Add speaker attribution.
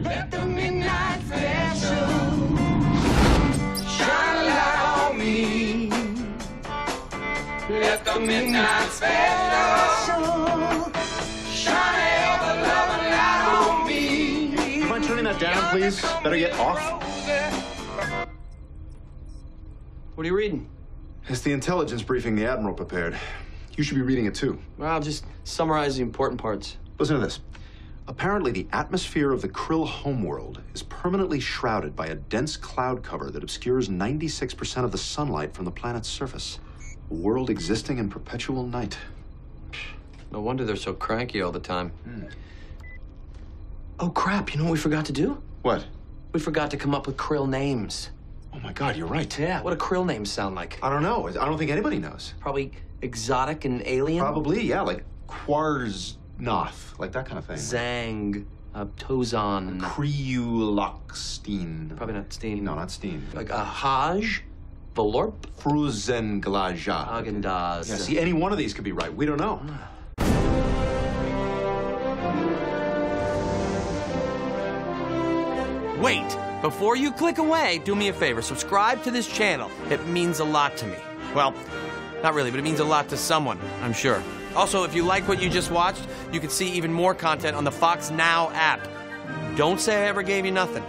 Speaker 1: Let the midnight special shine a light on me. Let the midnight special shine a hell of a loving light on me.
Speaker 2: Mind turning that down, please? Better get off.
Speaker 3: What are you reading?
Speaker 2: It's the intelligence briefing the Admiral prepared. You should be reading it too.
Speaker 3: Well, I'll just summarize the important parts.
Speaker 2: Listen to this. Apparently, the atmosphere of the Krill homeworld is permanently shrouded by a dense cloud cover that obscures 96% of the sunlight from the planet's surface. A world existing in perpetual night.
Speaker 3: No wonder they're so cranky all the time. Hmm. Oh, crap. You know what we forgot to do?
Speaker 2: What?
Speaker 3: We forgot to come up with krill names.
Speaker 2: Oh my god, you're right.
Speaker 3: Yeah, what do krill names sound like?
Speaker 2: I don't know. I don't think anybody knows.
Speaker 3: Probably exotic and alien?
Speaker 2: Probably, yeah, like Quarznoth, like that kind of thing.
Speaker 3: Zang, uh, Tozan.
Speaker 2: Kriulokstein.
Speaker 3: Probably not Steen.
Speaker 2: No, not Steen.
Speaker 3: Like uh, Haj, Valorp,
Speaker 2: Fruzenglaja.
Speaker 3: Agendaz.
Speaker 2: Yeah, see, any one of these could be right. We don't know.
Speaker 4: Wait! Before you click away, do me a favor subscribe to this channel. It means a lot to me. Well, not really, but it means a lot to someone, I'm sure. Also, if you like what you just watched, you can see even more content on the Fox Now app. Don't say I ever gave you nothing.